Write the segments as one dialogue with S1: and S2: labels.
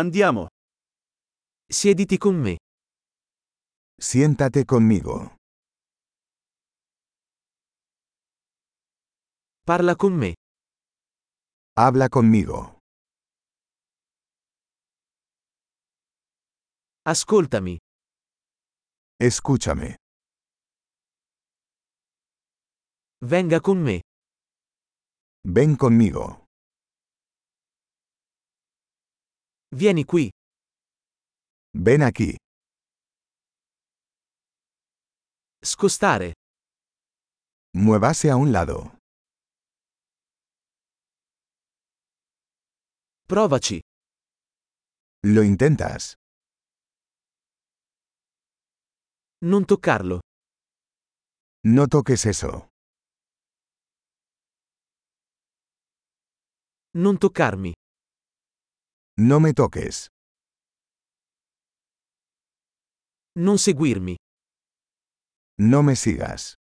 S1: Andiamo. Siediti con me.
S2: Siéntate conmigo.
S1: Parla con me.
S2: Habla conmigo.
S1: Ascoltami.
S2: Escúchame.
S1: Venga con me.
S2: Ven conmigo.
S1: Vieni qui.
S2: Ven aquí.
S1: Scostare.
S2: Muévase a un lado.
S1: Provaci.
S2: Lo intentas.
S1: Non toccarlo.
S2: No toques eso.
S1: Non toccarmi.
S2: No me toques.
S1: Non seguirmi.
S2: No me sigas.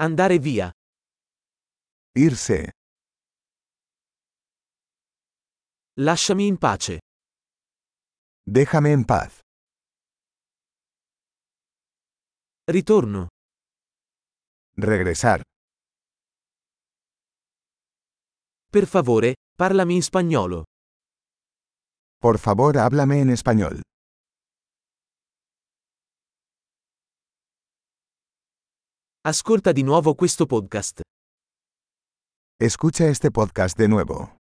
S1: Andare via.
S2: Irse.
S1: Lasciami in pace.
S2: Déjame en paz.
S1: Ritorno.
S2: Regresar.
S1: Per favore, parlami in spagnolo.
S2: Por favor, háblame en español.
S1: Ascolta di nuovo questo podcast.
S2: Escucha este podcast de nuevo.